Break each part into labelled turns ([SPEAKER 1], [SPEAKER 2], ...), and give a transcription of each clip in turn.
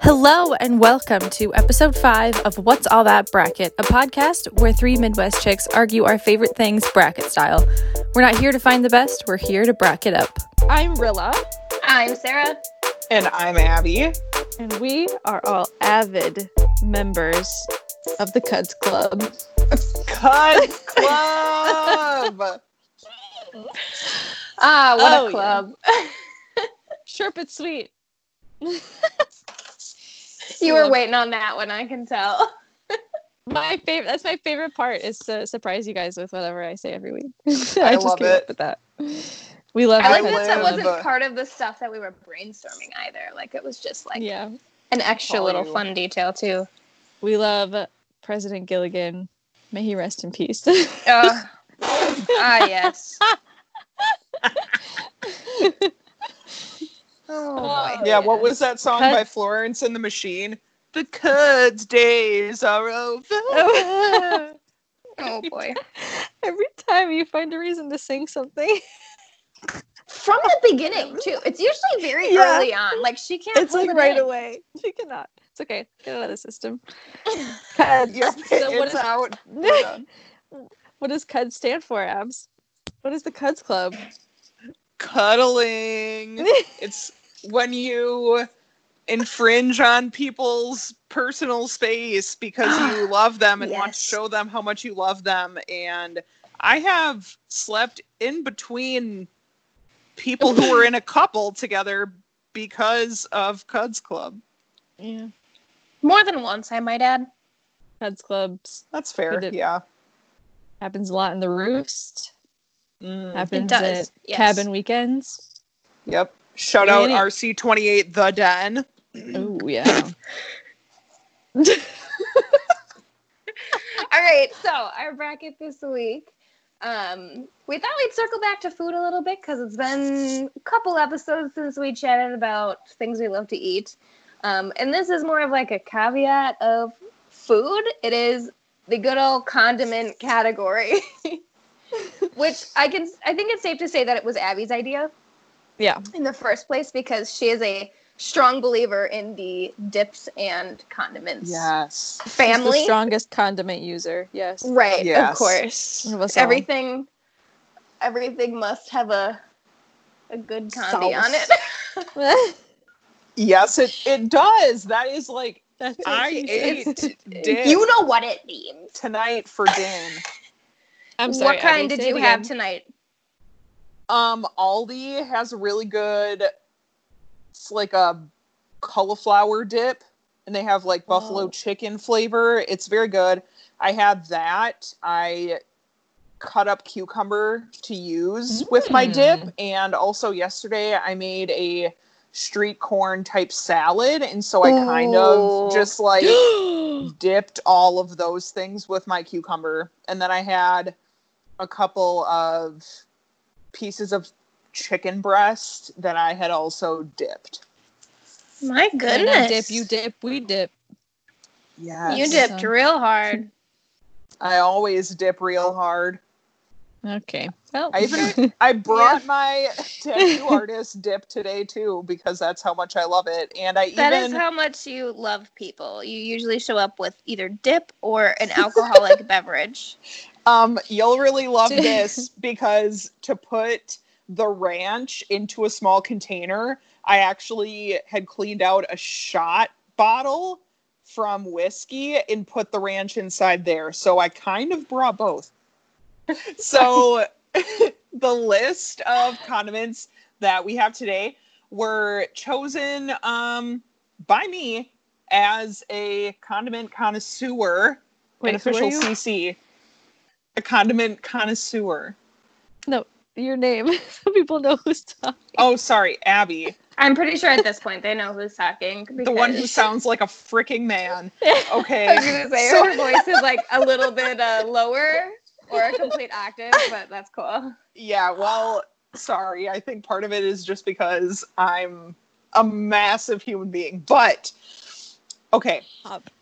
[SPEAKER 1] Hello, and welcome to episode five of What's All That Bracket, a podcast where three Midwest chicks argue our favorite things bracket style. We're not here to find the best, we're here to bracket up.
[SPEAKER 2] I'm Rilla,
[SPEAKER 3] I'm Sarah.
[SPEAKER 4] And I'm Abby.
[SPEAKER 2] and we are all avid members of the Cuds Club.
[SPEAKER 4] Cut Club!
[SPEAKER 3] Ah, what
[SPEAKER 2] Oh, yeah.
[SPEAKER 3] a club.
[SPEAKER 2] Sure, but sweet.
[SPEAKER 3] You were waiting on that one, I can tell.
[SPEAKER 2] My favorite. That's my favorite part is to surprise you guys with whatever I say every week. I, just
[SPEAKER 4] love
[SPEAKER 2] came
[SPEAKER 4] it.
[SPEAKER 2] up with that. We love
[SPEAKER 3] I
[SPEAKER 4] I
[SPEAKER 3] like
[SPEAKER 2] that.
[SPEAKER 3] that
[SPEAKER 4] live-
[SPEAKER 3] that wasn't
[SPEAKER 4] uh,
[SPEAKER 3] part of the stuff that we were brainstorming either. Like it was just like
[SPEAKER 2] yeah,
[SPEAKER 3] an extra
[SPEAKER 4] Follow
[SPEAKER 3] little
[SPEAKER 4] you.
[SPEAKER 3] fun detail too.
[SPEAKER 2] we love President Gilligan. May he rest in peace.
[SPEAKER 3] Uh, ah, yes. Oh,
[SPEAKER 2] Oh,
[SPEAKER 3] boy.
[SPEAKER 4] Yeah, what was that song
[SPEAKER 2] Cut.
[SPEAKER 4] by Florence and the Machine? The Cuds days are over.
[SPEAKER 3] Oh, boy.
[SPEAKER 2] every time you find a reason to sing something,
[SPEAKER 3] From the beginning too. It's usually very
[SPEAKER 2] Yeah.
[SPEAKER 3] early on. Like she can't.
[SPEAKER 2] it's
[SPEAKER 3] hold
[SPEAKER 2] like
[SPEAKER 3] it
[SPEAKER 2] right
[SPEAKER 3] in.
[SPEAKER 2] away. You cannot. It's okay. Get it out of the system.
[SPEAKER 4] Yep,
[SPEAKER 2] what
[SPEAKER 4] it's
[SPEAKER 2] is-
[SPEAKER 4] out. We're done.
[SPEAKER 2] What does CUD stand for, Abs? What is the CUDS Club?
[SPEAKER 4] Cuddling. it's when you infringe on people's personal space because you love them and want to
[SPEAKER 3] Yes.
[SPEAKER 4] show them how much you love them. And I have slept in between people who were in a couple together because of Cuds Club.
[SPEAKER 2] yeah.
[SPEAKER 3] More than once, I might add.
[SPEAKER 2] CUDS Clubs
[SPEAKER 4] That's
[SPEAKER 2] We
[SPEAKER 4] fair.
[SPEAKER 2] did.
[SPEAKER 4] Yeah.
[SPEAKER 2] happens a lot in the roost.
[SPEAKER 4] Mm,
[SPEAKER 2] Happens
[SPEAKER 3] does,
[SPEAKER 2] at
[SPEAKER 3] yes.
[SPEAKER 2] cabin weekends.
[SPEAKER 4] yep. Shout
[SPEAKER 2] Yeah,
[SPEAKER 4] out
[SPEAKER 2] it is.
[SPEAKER 4] RC28 The Den.
[SPEAKER 2] Oh
[SPEAKER 3] Mm-hmm.
[SPEAKER 2] yeah.
[SPEAKER 3] All right, so our bracket this week. Um, we thought we'd circle back to food a little bit because it's been a couple episodes since we chatted about things we love to eat. Um, and this is more of like a caveat of food. It is the good old condiment category, which I can I think it's safe to say that it was Abby's idea
[SPEAKER 2] yeah.
[SPEAKER 3] in the first place because she is a strong believer in the dips and condiments
[SPEAKER 4] Yes.
[SPEAKER 2] She's the
[SPEAKER 3] family.
[SPEAKER 2] strongest condiment user. Yes.
[SPEAKER 3] Right,
[SPEAKER 4] Yes.
[SPEAKER 3] of course.
[SPEAKER 2] Of us all.
[SPEAKER 3] everything everything must have a a good condi
[SPEAKER 2] Sauce.
[SPEAKER 3] on it.
[SPEAKER 4] Yes, it, it does. That is like,
[SPEAKER 2] That's what
[SPEAKER 4] I
[SPEAKER 2] she says.
[SPEAKER 4] ate dip
[SPEAKER 3] You know what it means.
[SPEAKER 4] tonight for dinner.
[SPEAKER 2] I'm sorry.
[SPEAKER 3] what kind
[SPEAKER 2] Abby,
[SPEAKER 3] did
[SPEAKER 2] say it
[SPEAKER 3] you have
[SPEAKER 2] again.
[SPEAKER 3] tonight?
[SPEAKER 4] Um, Aldi has a really good. It's like a cauliflower dip, and they have like buffalo
[SPEAKER 2] Oh.
[SPEAKER 4] chicken flavor. It's very good. I had that. I cut up cucumber to use with my dip, and also yesterday I made a street corn type salad, and so I kind of
[SPEAKER 3] Ooh.
[SPEAKER 4] just like
[SPEAKER 2] Oh.
[SPEAKER 4] dipped all of those things with my cucumber and then i had a couple of pieces of chicken breast that i had also dipped
[SPEAKER 3] My
[SPEAKER 2] When I dip, you dip, we dip.
[SPEAKER 4] yes
[SPEAKER 3] You
[SPEAKER 2] dip.
[SPEAKER 3] dipped real hard.
[SPEAKER 4] i always dip real hard
[SPEAKER 2] Okay. Well,
[SPEAKER 4] i even i brought my tattoo artist dip today too because that's how much i love it and i
[SPEAKER 3] That is
[SPEAKER 4] even
[SPEAKER 3] how much you love people. You usually show up with either dip or an alcoholic beverage.
[SPEAKER 4] Um, you'll really love this because to put the ranch into a small container, I actually had cleaned out a shot bottle from whiskey and put the ranch inside there. So I kind of brought both. So the list of condiments that we have today were chosen um, by me as a condiment connoisseur, an
[SPEAKER 2] Wait, who are
[SPEAKER 4] official
[SPEAKER 2] you?
[SPEAKER 4] CC, a condiment connoisseur.
[SPEAKER 2] your name so people know who's talking.
[SPEAKER 4] Oh, sorry, Abby,
[SPEAKER 3] I'm pretty sure at this point they know who's talking.
[SPEAKER 4] the one who
[SPEAKER 3] because-
[SPEAKER 4] sounds like a freaking man.
[SPEAKER 3] I was
[SPEAKER 4] Okay,
[SPEAKER 3] gonna say
[SPEAKER 4] So-
[SPEAKER 3] her voice is like a little bit uh, lower or a complete octave, but that's cool.
[SPEAKER 4] yeah. Well, sorry. I think part of it is just because I'm a massive human being, but okay.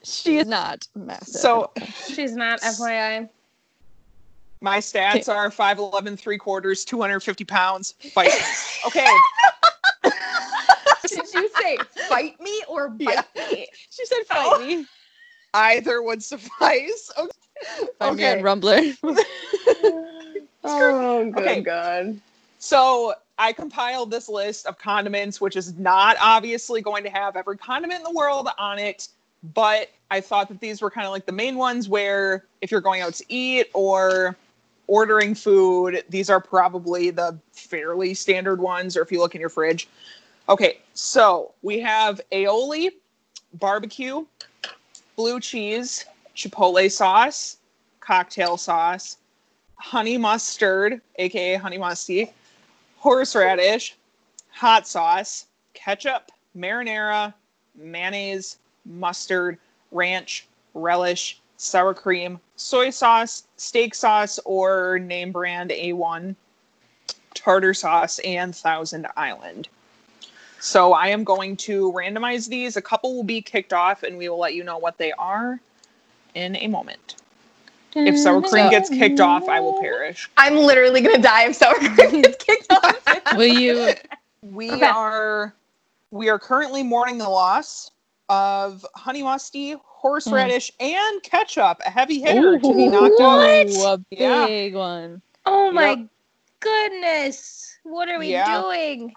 [SPEAKER 2] She is not massive.
[SPEAKER 4] So
[SPEAKER 3] She's not FYI.
[SPEAKER 4] My stats are 5'11, three quarters, 250 pounds. Fight. okay.
[SPEAKER 3] Did you say fight me or bite
[SPEAKER 4] Yeah.
[SPEAKER 3] me.
[SPEAKER 2] She said, "Fight
[SPEAKER 4] Oh.
[SPEAKER 2] me."
[SPEAKER 4] Either would suffice. Okay.
[SPEAKER 2] Find me
[SPEAKER 4] Okay.
[SPEAKER 2] on Rumbler.
[SPEAKER 3] oh,
[SPEAKER 4] Okay.
[SPEAKER 3] God.
[SPEAKER 4] So I compiled this list of condiments, which is not obviously going to have every condiment in the world on it, but I thought that these were kind of like the main ones where if you're going out to eat or ordering food, these are probably the fairly standard ones, or if you look in your fridge. Okay, so we have aioli, barbecue, blue cheese, chipotle sauce, cocktail sauce, honey mustard, aka honey musty, horseradish, hot sauce, ketchup, marinara, mayonnaise, mustard, ranch, relish, sour cream, soy sauce, steak sauce, or name brand A1, tartar sauce, and Thousand Island. So I am going to randomize these. A couple will be kicked off, and we will let you know what they are in a moment. If sour cream
[SPEAKER 2] So-
[SPEAKER 4] gets kicked off, I will perish.
[SPEAKER 3] I'm literally gonna die if sour cream gets kicked off.
[SPEAKER 2] Will you?
[SPEAKER 4] We
[SPEAKER 3] Okay.
[SPEAKER 4] are we are currently mourning the loss of honey musty, horseradish,
[SPEAKER 2] Mm-hmm.
[SPEAKER 4] and ketchup, a heavy hitter to be knocked out.
[SPEAKER 3] What?
[SPEAKER 2] Ooh, a
[SPEAKER 4] Yeah.
[SPEAKER 2] big one.
[SPEAKER 3] Oh my
[SPEAKER 4] Yep.
[SPEAKER 3] goodness! What are we
[SPEAKER 4] Yeah.
[SPEAKER 3] doing?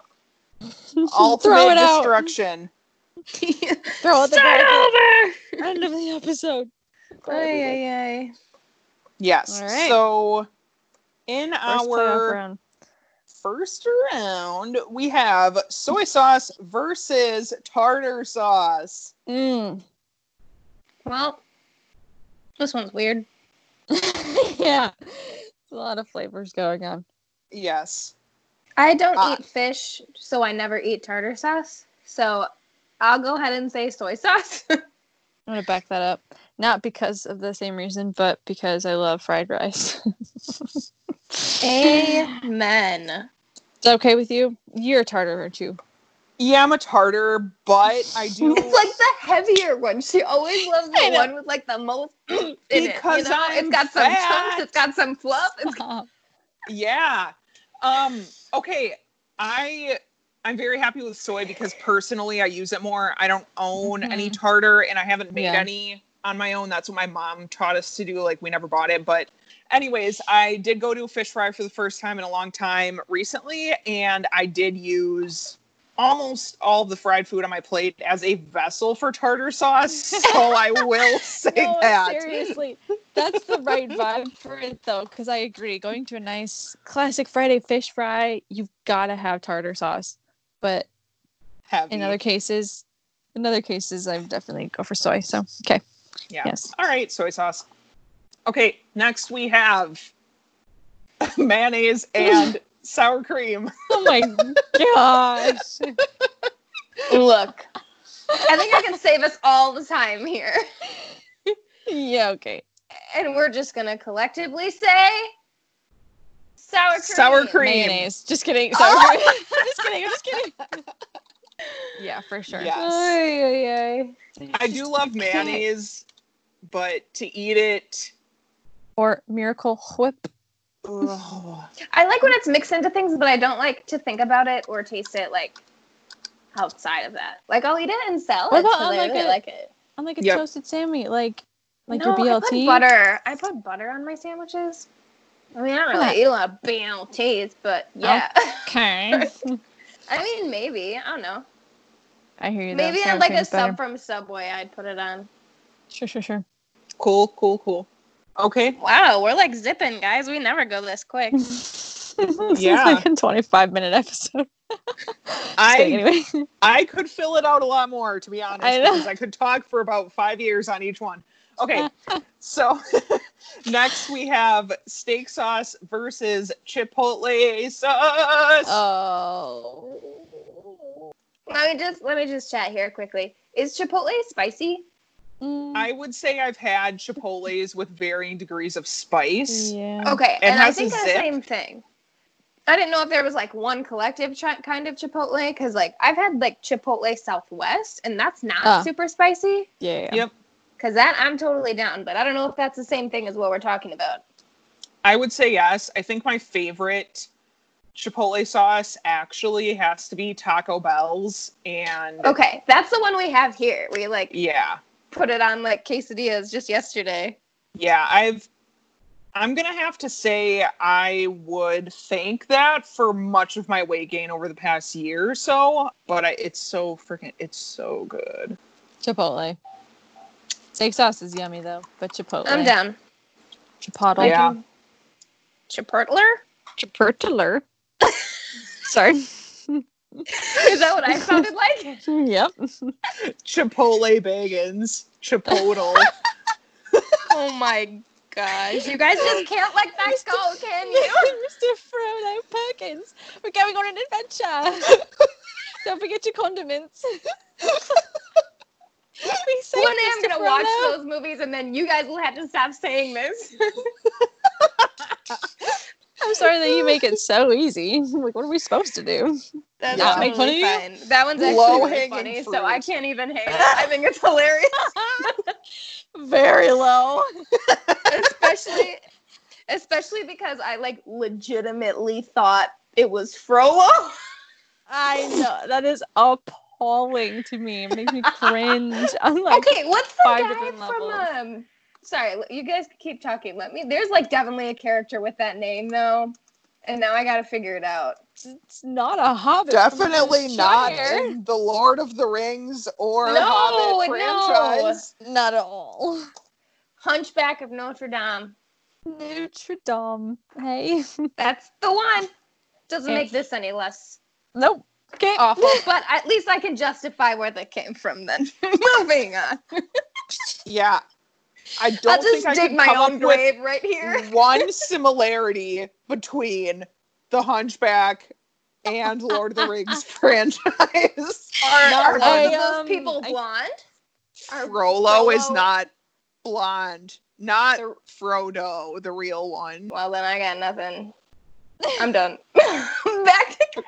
[SPEAKER 4] Ultimate
[SPEAKER 2] it out.
[SPEAKER 4] destruction.
[SPEAKER 2] Throw out the
[SPEAKER 3] Start
[SPEAKER 2] bracket.
[SPEAKER 3] over.
[SPEAKER 2] End of the episode.
[SPEAKER 3] Ay, ay, ay.
[SPEAKER 4] Yes.
[SPEAKER 2] All right.
[SPEAKER 4] So in
[SPEAKER 2] First playoff
[SPEAKER 4] our
[SPEAKER 2] round.
[SPEAKER 4] first round, we have soy sauce versus tartar sauce.
[SPEAKER 2] Mm.
[SPEAKER 3] Well, this one's weird.
[SPEAKER 2] yeah, it's a lot of flavors going on.
[SPEAKER 4] Yes.
[SPEAKER 3] I don't
[SPEAKER 4] Ah.
[SPEAKER 3] eat fish, so I never eat tartar sauce. So I'll go ahead and say soy sauce.
[SPEAKER 2] I'm gonna back that up, not because of the same reason, but because I love fried rice. Is
[SPEAKER 3] Amen.
[SPEAKER 2] that okay with you? You're a tartar, aren't you?
[SPEAKER 4] Yeah, I'm a tartar, but I do
[SPEAKER 3] It's like the heavier one. She always loves
[SPEAKER 2] I
[SPEAKER 3] the
[SPEAKER 2] know.
[SPEAKER 3] one with like the most in it.
[SPEAKER 4] Because
[SPEAKER 3] You know?
[SPEAKER 4] I'm
[SPEAKER 3] it's got some
[SPEAKER 4] fat.
[SPEAKER 3] chunks, it's got some fluff. It's
[SPEAKER 4] yeah um okay i i'm very happy with soy because personally i use it more i don't own any tartar and i haven't made
[SPEAKER 2] Mm-hmm. Yeah.
[SPEAKER 4] any on my own that's what my mom taught us to do like we never bought it but anyways i did go to a fish fry for the first time in a long time recently and i did use almost all the fried food on my plate as a vessel for tartar sauce so i will say
[SPEAKER 2] No,
[SPEAKER 4] that
[SPEAKER 2] seriously, that's the right vibe for it though, because I agree. Going to a nice classic Friday fish fry, you've got to have tartar sauce. But
[SPEAKER 4] Heavy.
[SPEAKER 2] in other cases, in other cases, I definitely go for soy. So okay,
[SPEAKER 4] yeah
[SPEAKER 2] yes,
[SPEAKER 4] All right, soy sauce. Okay, next we have mayonnaise and sour cream.
[SPEAKER 2] Oh my gosh.
[SPEAKER 3] Look, I think I can save us all the time here.
[SPEAKER 2] Yeah, okay.
[SPEAKER 3] And we're just going to collectively say sour cream.
[SPEAKER 4] Sour cream.
[SPEAKER 2] Mayonnaise. Just kidding.
[SPEAKER 3] Oh!
[SPEAKER 2] Sorry. I'm just kidding. I'm just kidding. Yeah, for sure.
[SPEAKER 4] Yeah.
[SPEAKER 3] Ay, ay,
[SPEAKER 4] I do love mayonnaise, but to eat it,
[SPEAKER 2] Or Miracle Whip.
[SPEAKER 4] ugh.
[SPEAKER 3] ay. I like when it's mixed into things, but I don't like to think about it or taste it like outside of that. Like I'll eat it and sell
[SPEAKER 2] What
[SPEAKER 3] it.
[SPEAKER 2] about
[SPEAKER 3] so
[SPEAKER 2] on,
[SPEAKER 3] I
[SPEAKER 2] like,
[SPEAKER 3] really
[SPEAKER 2] a-
[SPEAKER 3] like it.
[SPEAKER 2] I'm like a
[SPEAKER 4] Yep.
[SPEAKER 2] toasted salmon, like like
[SPEAKER 3] no,
[SPEAKER 2] your
[SPEAKER 3] I put
[SPEAKER 2] BLT.
[SPEAKER 3] butter. I put butter on my sandwiches. I mean, I don't really
[SPEAKER 2] Huh.
[SPEAKER 3] eat a lot of BLTs, but yeah.
[SPEAKER 2] Okay.
[SPEAKER 3] I mean, maybe. I don't know.
[SPEAKER 2] I hear you. though.
[SPEAKER 3] Maybe
[SPEAKER 2] Sour
[SPEAKER 3] on like a
[SPEAKER 2] cream's better.
[SPEAKER 3] sub from Subway, I'd put it on.
[SPEAKER 2] Sure, sure, sure.
[SPEAKER 4] cool, cool, cool. Okay,
[SPEAKER 3] Wow, we're like zipping, guys. We never go this quick.
[SPEAKER 2] this
[SPEAKER 4] Yeah.
[SPEAKER 2] is like a 25 minute episode. Just
[SPEAKER 4] I-
[SPEAKER 2] kidding, anyway.
[SPEAKER 4] I could fill it out a lot more to be honest,
[SPEAKER 2] I know.
[SPEAKER 4] because I could talk for about five years on each one. Okay, so next we have steak sauce versus chipotle sauce.
[SPEAKER 2] Oh.
[SPEAKER 3] Let me just let me just chat here quickly. Is Chipotle spicy?
[SPEAKER 2] Mm,
[SPEAKER 4] I would say I've had chipotles with varying degrees of spice.
[SPEAKER 2] yeah.
[SPEAKER 3] Okay,
[SPEAKER 4] It
[SPEAKER 3] and I
[SPEAKER 4] has a
[SPEAKER 3] think the
[SPEAKER 4] zip.
[SPEAKER 3] same thing. I didn't know if there was like one collective chi- kind of Chipotle because like I've had like Chipotle Southwest and that's not
[SPEAKER 2] Ah.
[SPEAKER 3] super spicy
[SPEAKER 2] Yeah. yeah.
[SPEAKER 4] Yep.
[SPEAKER 3] because that I'm totally down, but I don't know if that's the same thing as what we're talking about.
[SPEAKER 4] I would say yes. I think my favorite Chipotle sauce actually has to be Taco Bell's and
[SPEAKER 3] Okay, that's the one we have here. We like
[SPEAKER 4] yeah.
[SPEAKER 3] put it on like quesadillas just yesterday.
[SPEAKER 4] Yeah, I've I'm going to have to say I would thank that for much of my weight gain over the past year or so, but I, it's so freaking it's so good.
[SPEAKER 2] Chipotle. Steak sauce is yummy though, but Chipotle.
[SPEAKER 3] I'm down.
[SPEAKER 2] Chipotle.
[SPEAKER 4] Yeah.
[SPEAKER 3] Chipertler?
[SPEAKER 2] Chipotle. Sorry.
[SPEAKER 3] Is that what I sounded like?
[SPEAKER 2] Yep.
[SPEAKER 4] Chipotle bagels, chipotle.
[SPEAKER 3] Oh my gosh. You guys just can't let that go, can you?
[SPEAKER 2] Mr. Frodo Perkins, we're going on an adventure. Don't forget your condiments. we say
[SPEAKER 3] One day I'm gonna watch those movies and then you guys will have to stop saying this.
[SPEAKER 2] I'm sorry that you make it so easy. Like, what are we supposed to do?
[SPEAKER 3] That's
[SPEAKER 4] Not
[SPEAKER 2] make
[SPEAKER 3] totally
[SPEAKER 2] fun
[SPEAKER 3] fine. That one's actually really
[SPEAKER 4] Low-hanging
[SPEAKER 3] funny,
[SPEAKER 4] fruit.
[SPEAKER 3] so I can't even hate. it. I think it's hilarious.
[SPEAKER 2] Very low.
[SPEAKER 3] especially especially because I like legitimately thought it was Frollo.
[SPEAKER 2] I know that is appalling to me. It makes me cringe. I'm like,
[SPEAKER 3] okay, what's the
[SPEAKER 2] five
[SPEAKER 3] guy
[SPEAKER 2] different
[SPEAKER 3] from
[SPEAKER 2] levels.
[SPEAKER 3] um sorry, l- you guys keep talking. Let me there's like definitely a character with that name though. And now I gotta figure it out.
[SPEAKER 2] it's, it's not a hobbit. from
[SPEAKER 4] Definitely not
[SPEAKER 2] Cheshire.
[SPEAKER 4] in the Lord of the Rings or
[SPEAKER 3] No,
[SPEAKER 4] Hobbit
[SPEAKER 3] no.
[SPEAKER 4] franchise.
[SPEAKER 2] Not at all.
[SPEAKER 3] Hunchback of Notre Dame.
[SPEAKER 2] Notre Dame. Hey.
[SPEAKER 3] That's the one. Doesn't
[SPEAKER 2] Okay.
[SPEAKER 3] make this any less
[SPEAKER 2] Nope. Okay.
[SPEAKER 3] awful, but at least I can justify where they came from then. Moving on.
[SPEAKER 4] Yeah. I don't
[SPEAKER 3] I'll just
[SPEAKER 4] think I
[SPEAKER 3] dig
[SPEAKER 4] could
[SPEAKER 3] my
[SPEAKER 4] come
[SPEAKER 3] own
[SPEAKER 4] up with
[SPEAKER 3] grave right here.
[SPEAKER 4] one similarity between the Hunchback and Lord of the Rings franchise.
[SPEAKER 3] Are,
[SPEAKER 4] Not
[SPEAKER 3] are both
[SPEAKER 4] one.
[SPEAKER 3] of those
[SPEAKER 2] I, um,
[SPEAKER 3] people
[SPEAKER 2] I-
[SPEAKER 3] blonde? Are
[SPEAKER 4] Frollo is
[SPEAKER 3] Frollo-
[SPEAKER 4] not blonde, not Frodo, the real one.
[SPEAKER 3] Well, then I got nothing. I'm done. Back to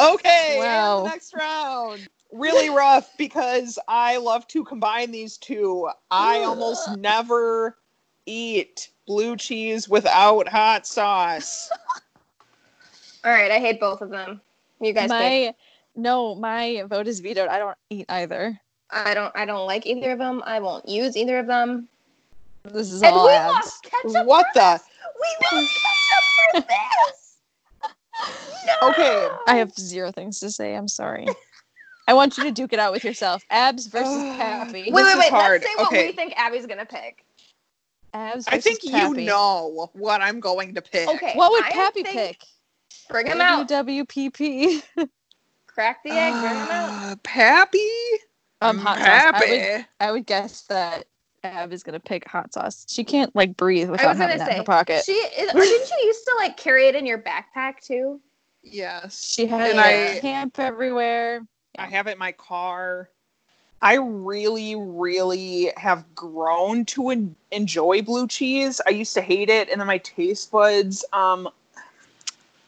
[SPEAKER 4] Okay,
[SPEAKER 2] Wow.
[SPEAKER 4] and the next round. Really rough because I love to combine these two. I almost never eat blue cheese without hot sauce.
[SPEAKER 3] All right, I hate both of them. You guys pick.
[SPEAKER 2] my no, my vote is vetoed. I don't eat either.
[SPEAKER 3] I don't I don't like either of them. I won't use either of them.
[SPEAKER 2] This is
[SPEAKER 3] And
[SPEAKER 2] all
[SPEAKER 3] we
[SPEAKER 2] ads.
[SPEAKER 3] lost ketchup.
[SPEAKER 4] what the?
[SPEAKER 3] We lost ketchup for this. No.
[SPEAKER 4] Okay,
[SPEAKER 2] I have zero things to say. I'm sorry. I want you to duke it out with yourself. Abs versus
[SPEAKER 4] Ugh.
[SPEAKER 2] Pappy.
[SPEAKER 3] Wait,
[SPEAKER 4] this
[SPEAKER 3] wait,
[SPEAKER 4] is
[SPEAKER 3] wait.
[SPEAKER 4] hard.
[SPEAKER 3] Let's say what
[SPEAKER 4] Okay.
[SPEAKER 3] we think Abby's gonna pick.
[SPEAKER 2] Abs versus
[SPEAKER 4] I think
[SPEAKER 2] Pappy.
[SPEAKER 4] you know what I'm going to pick.
[SPEAKER 3] Okay.
[SPEAKER 2] What would
[SPEAKER 3] I
[SPEAKER 2] Pappy
[SPEAKER 3] think-
[SPEAKER 2] pick?
[SPEAKER 3] Bring him out.
[SPEAKER 2] WWPP.
[SPEAKER 3] Crack the egg. Bring him out.
[SPEAKER 4] Uh, Pappy? Mm,
[SPEAKER 2] Um, hot sauce. I
[SPEAKER 4] Pappy.
[SPEAKER 2] would I would guess that Ab is gonna pick hot sauce. She can't like breathe
[SPEAKER 3] I
[SPEAKER 2] without
[SPEAKER 3] was
[SPEAKER 2] having
[SPEAKER 3] gonna
[SPEAKER 2] that in her
[SPEAKER 3] say
[SPEAKER 2] pocket.
[SPEAKER 3] she is, or didn't you used to like carry it in your backpack too?
[SPEAKER 4] Yes.
[SPEAKER 2] She had
[SPEAKER 4] And
[SPEAKER 2] it
[SPEAKER 4] I-
[SPEAKER 2] at camp everywhere.
[SPEAKER 4] I have it in my car. I really, really have grown to en- enjoy blue cheese. I used to hate it, and then my taste buds um,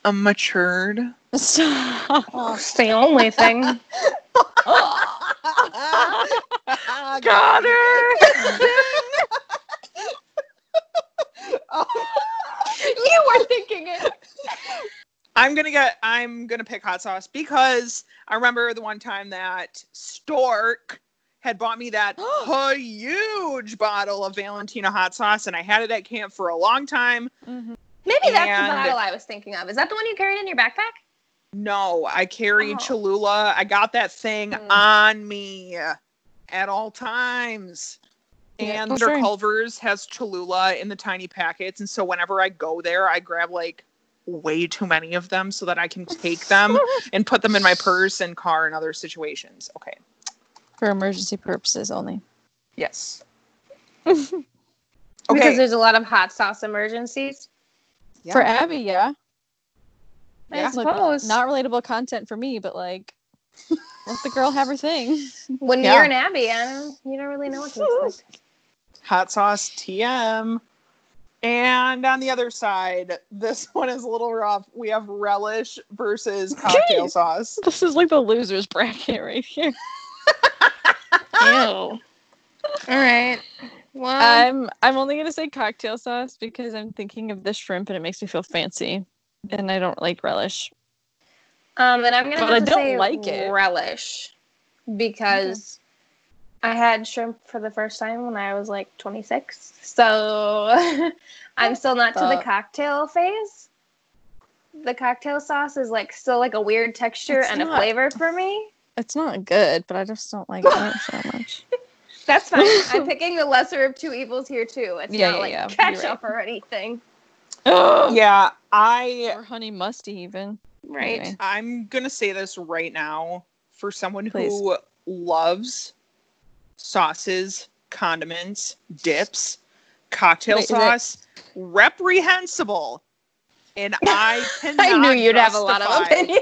[SPEAKER 4] um matured.
[SPEAKER 2] Stop.
[SPEAKER 3] Oh, it's the only thing.
[SPEAKER 4] Got
[SPEAKER 3] you were thinking it.
[SPEAKER 4] I'm gonna get. I'm gonna pick hot sauce because I remember the one time that Stork had bought me that huge bottle of Valentina hot sauce, and I had it at camp for a long time.
[SPEAKER 2] Mhm.
[SPEAKER 3] Maybe that's
[SPEAKER 4] And-
[SPEAKER 3] the bottle I was thinking of. Is that the one you carried in your backpack?
[SPEAKER 4] No, I carried
[SPEAKER 3] Oh.
[SPEAKER 4] Cholula. I got that thing
[SPEAKER 2] Mm.
[SPEAKER 4] on me at all times.
[SPEAKER 2] Yeah,
[SPEAKER 4] and
[SPEAKER 2] for
[SPEAKER 4] their
[SPEAKER 2] sure.
[SPEAKER 4] Culver's has Cholula in the tiny packets. And so whenever I go there, I grab like way too many of them so that I can take them and put them in my purse and car and other situations. Okay.
[SPEAKER 2] For emergency purposes only.
[SPEAKER 4] Yes.
[SPEAKER 3] Because
[SPEAKER 4] okay.
[SPEAKER 3] there's a lot of hot sauce emergencies.
[SPEAKER 4] Yeah.
[SPEAKER 2] For Abby, yeah.
[SPEAKER 4] Yeah.
[SPEAKER 3] I suppose.
[SPEAKER 2] Not relatable content for me, but like let the girl have her thing.
[SPEAKER 3] when
[SPEAKER 4] Yeah.
[SPEAKER 3] you're an Abby, I don't, you don't really know what to expect.
[SPEAKER 4] hot sauce TM. And on the other side, this one is a little rough. We have relish versus cocktail
[SPEAKER 2] Jeez.
[SPEAKER 4] sauce.
[SPEAKER 2] This is like the losers bracket right here.
[SPEAKER 3] Ew. All right. Well,
[SPEAKER 2] Um, I'm I'm only gonna say cocktail sauce because I'm thinking of the shrimp and it makes me feel fancy. and I don't like relish.
[SPEAKER 3] Um, and I'm gonna
[SPEAKER 2] But
[SPEAKER 3] have
[SPEAKER 2] I
[SPEAKER 3] to
[SPEAKER 2] don't
[SPEAKER 3] say
[SPEAKER 2] like it.
[SPEAKER 3] relish because I had shrimp for the first time when I was like 26. So I'm still not to the
[SPEAKER 2] But-
[SPEAKER 3] cocktail phase. The cocktail sauce is like still like a weird texture
[SPEAKER 2] It's
[SPEAKER 3] and a
[SPEAKER 2] not-
[SPEAKER 3] flavor for me.
[SPEAKER 2] It's not good, but I just don't like ranch that much.
[SPEAKER 3] That's fine. I'm picking the lesser of two evils here too. It's
[SPEAKER 2] Yeah,
[SPEAKER 3] not
[SPEAKER 2] yeah,
[SPEAKER 3] like
[SPEAKER 2] yeah. You're
[SPEAKER 3] ketchup or anything.
[SPEAKER 2] Ugh.
[SPEAKER 4] Yeah, I
[SPEAKER 2] Or honey musty even.
[SPEAKER 3] Right.
[SPEAKER 2] Anyway.
[SPEAKER 4] I'm gonna say this right now for someone who
[SPEAKER 2] Please.
[SPEAKER 4] loves sauces, condiments, dips, cocktail
[SPEAKER 2] Wait, is it-
[SPEAKER 4] sauce, reprehensible. And I cannot
[SPEAKER 3] I knew you'd have a lot of
[SPEAKER 4] justify
[SPEAKER 3] opinions.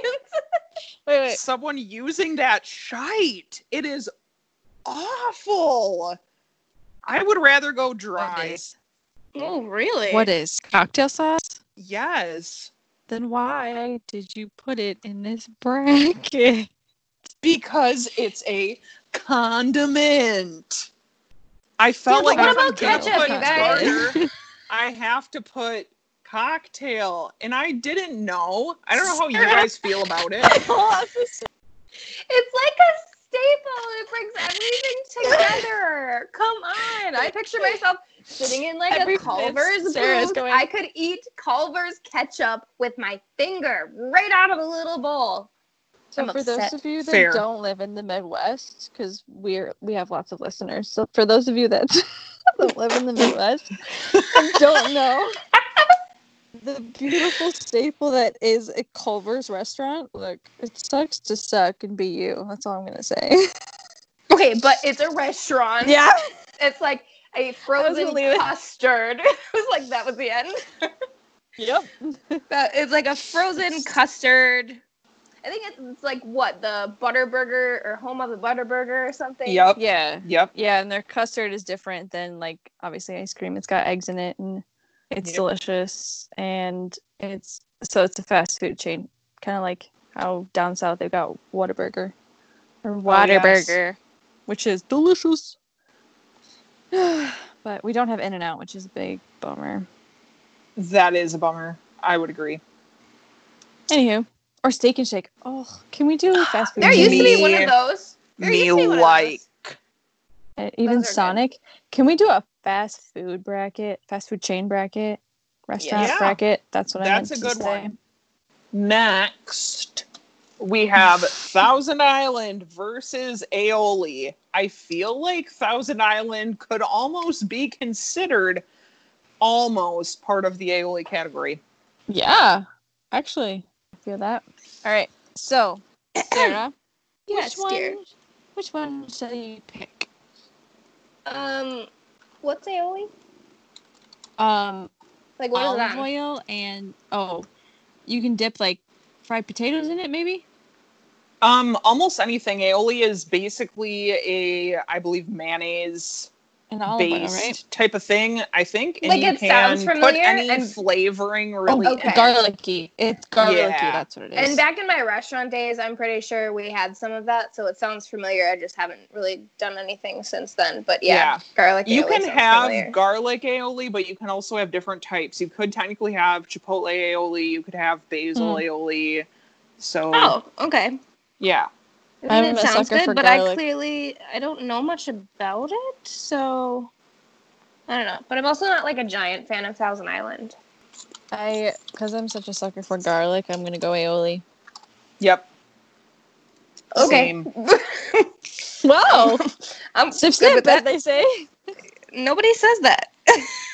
[SPEAKER 2] Wait, wait.
[SPEAKER 4] Someone using that shite. It is awful. I would rather go
[SPEAKER 2] What
[SPEAKER 4] dry.
[SPEAKER 2] is,
[SPEAKER 3] oh, really?
[SPEAKER 2] what is cocktail sauce?
[SPEAKER 4] Yes.
[SPEAKER 2] Then why did you put it in this bracket?
[SPEAKER 4] Because it's a condiment. I felt
[SPEAKER 3] Yeah,
[SPEAKER 4] like
[SPEAKER 3] but
[SPEAKER 4] if
[SPEAKER 3] what
[SPEAKER 4] I'm
[SPEAKER 3] about
[SPEAKER 4] gonna
[SPEAKER 3] ketchup,
[SPEAKER 4] put
[SPEAKER 3] you guys?
[SPEAKER 4] Garter, I have to put cocktail, and I didn't know. I don't know how you guys feel about it.
[SPEAKER 3] It's like a staple. It brings everything together. Come on. I picture myself sitting in like
[SPEAKER 2] Every
[SPEAKER 3] a Culver's
[SPEAKER 2] minute Sarah's
[SPEAKER 3] booth.
[SPEAKER 2] going-
[SPEAKER 3] I could eat Culver's ketchup with my finger right out of a little bowl.
[SPEAKER 2] So
[SPEAKER 3] I'm
[SPEAKER 2] for
[SPEAKER 3] upset.
[SPEAKER 2] those of you that
[SPEAKER 4] Fair.
[SPEAKER 2] don't live in the Midwest, because we're we have lots of listeners. So for those of you that don't live in the Midwest and don't know the beautiful staple that is a Culver's restaurant, look, it sucks to suck and be you. That's all I'm gonna say.
[SPEAKER 3] Okay, but it's a restaurant.
[SPEAKER 2] Yeah.
[SPEAKER 3] It's like a frozen
[SPEAKER 2] leave it.
[SPEAKER 3] custard. it was like that was the end.
[SPEAKER 2] Yep.
[SPEAKER 3] That it's like a frozen custard. I think it's, it's like what the Butterburger or home of the Butterburger or something.
[SPEAKER 4] Yep.
[SPEAKER 2] Yeah.
[SPEAKER 4] Yep.
[SPEAKER 2] Yeah, and their custard is different than like obviously ice cream. It's got eggs in it and it's
[SPEAKER 4] Yep.
[SPEAKER 2] delicious and it's so it's a fast food chain. Kind of like how down south they've got Whataburger or
[SPEAKER 3] Oh,
[SPEAKER 2] Whataburger, which is delicious. but we don't have In and Out, which is a big bummer.
[SPEAKER 4] That is a bummer. I would agree.
[SPEAKER 2] Anywho. Or steak and shake. Oh, can we do fast food?
[SPEAKER 3] There used to be
[SPEAKER 4] Me-
[SPEAKER 3] one of those. There
[SPEAKER 4] me
[SPEAKER 3] used to be one of
[SPEAKER 4] like
[SPEAKER 3] those.
[SPEAKER 2] Uh, even
[SPEAKER 3] Those are good.
[SPEAKER 2] Sonic. Can we do a fast food bracket, fast food chain bracket, restaurant
[SPEAKER 4] Yeah.
[SPEAKER 2] bracket? That's what
[SPEAKER 4] That's
[SPEAKER 2] I
[SPEAKER 4] a
[SPEAKER 2] meant
[SPEAKER 4] good
[SPEAKER 2] to say.
[SPEAKER 4] one. Next, we have Thousand Island versus Aioli. I feel like Thousand Island could almost be considered almost part of the Aioli category.
[SPEAKER 2] Yeah, actually, I feel that. All right, so Sarah,
[SPEAKER 3] Yes,
[SPEAKER 2] which one?
[SPEAKER 3] dear.
[SPEAKER 2] Which one shall you pick?
[SPEAKER 3] Um, what's aioli?
[SPEAKER 2] Um,
[SPEAKER 3] Like what is
[SPEAKER 2] olive
[SPEAKER 3] that?
[SPEAKER 2] oil and oh, you can dip like fried potatoes in it, maybe.
[SPEAKER 4] Um, almost anything. Aioli is basically a, I believe, mayonnaise
[SPEAKER 2] And olive oil,
[SPEAKER 4] based
[SPEAKER 2] right?
[SPEAKER 4] type of thing. I think, and
[SPEAKER 3] Like,
[SPEAKER 4] you
[SPEAKER 3] it
[SPEAKER 4] can
[SPEAKER 3] sounds
[SPEAKER 4] put
[SPEAKER 3] familiar
[SPEAKER 4] any
[SPEAKER 3] and-
[SPEAKER 4] flavoring really.
[SPEAKER 2] Oh,
[SPEAKER 3] Okay.
[SPEAKER 2] garlicky. It's garlicky.
[SPEAKER 4] Yeah.
[SPEAKER 2] That's what it is.
[SPEAKER 3] And back in my restaurant days, I'm pretty sure we had some of that, so it sounds familiar. I just haven't really done anything since then. But yeah,
[SPEAKER 4] Yeah.
[SPEAKER 3] garlic.
[SPEAKER 4] you
[SPEAKER 3] aioli
[SPEAKER 4] can
[SPEAKER 3] sounds
[SPEAKER 4] have
[SPEAKER 3] familiar.
[SPEAKER 4] garlic aioli, but you can also have different types. You could technically have chipotle aioli. You could have basil aioli. So
[SPEAKER 3] Hmm. Oh, okay.
[SPEAKER 4] yeah,
[SPEAKER 3] I mean,
[SPEAKER 2] I'm
[SPEAKER 3] it
[SPEAKER 2] a
[SPEAKER 3] sounds
[SPEAKER 2] sucker
[SPEAKER 3] good,
[SPEAKER 2] for
[SPEAKER 3] but I
[SPEAKER 2] garlic.
[SPEAKER 3] clearly I don't know much about it, so I don't know. But I'm also not like a giant fan of Thousand Island.
[SPEAKER 2] I, because I'm such a sucker for garlic, I'm gonna go aioli.
[SPEAKER 4] yep.
[SPEAKER 3] Okay. Oh,
[SPEAKER 4] Same.
[SPEAKER 2] Whoa!
[SPEAKER 3] I'm
[SPEAKER 2] Sip,
[SPEAKER 3] good
[SPEAKER 2] sip,
[SPEAKER 3] with
[SPEAKER 2] as
[SPEAKER 3] that.
[SPEAKER 2] they say.
[SPEAKER 3] Nobody says that.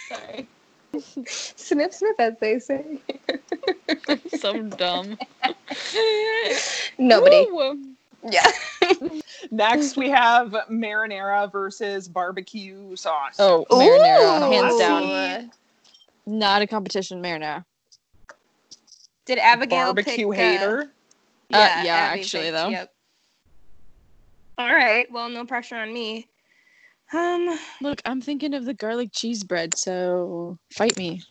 [SPEAKER 2] Sorry,
[SPEAKER 3] snip, snip, as they say.
[SPEAKER 2] so dumb.
[SPEAKER 3] Nobody.
[SPEAKER 2] Ooh.
[SPEAKER 3] Yeah.
[SPEAKER 4] Next we have marinara versus barbecue sauce.
[SPEAKER 2] Oh,
[SPEAKER 3] Ooh.
[SPEAKER 2] marinara, hands
[SPEAKER 4] I
[SPEAKER 2] down.
[SPEAKER 4] see.
[SPEAKER 2] Not a competition, marinara.
[SPEAKER 3] Did Abigail
[SPEAKER 4] barbecue
[SPEAKER 3] pick, uh,
[SPEAKER 4] hater.
[SPEAKER 2] Uh, yeah,
[SPEAKER 3] Abby
[SPEAKER 2] actually,
[SPEAKER 3] picked,
[SPEAKER 2] though.
[SPEAKER 3] Yep. All right. Well, no pressure on me. Um,
[SPEAKER 2] Look, I'm thinking of the garlic cheese bread, so fight me.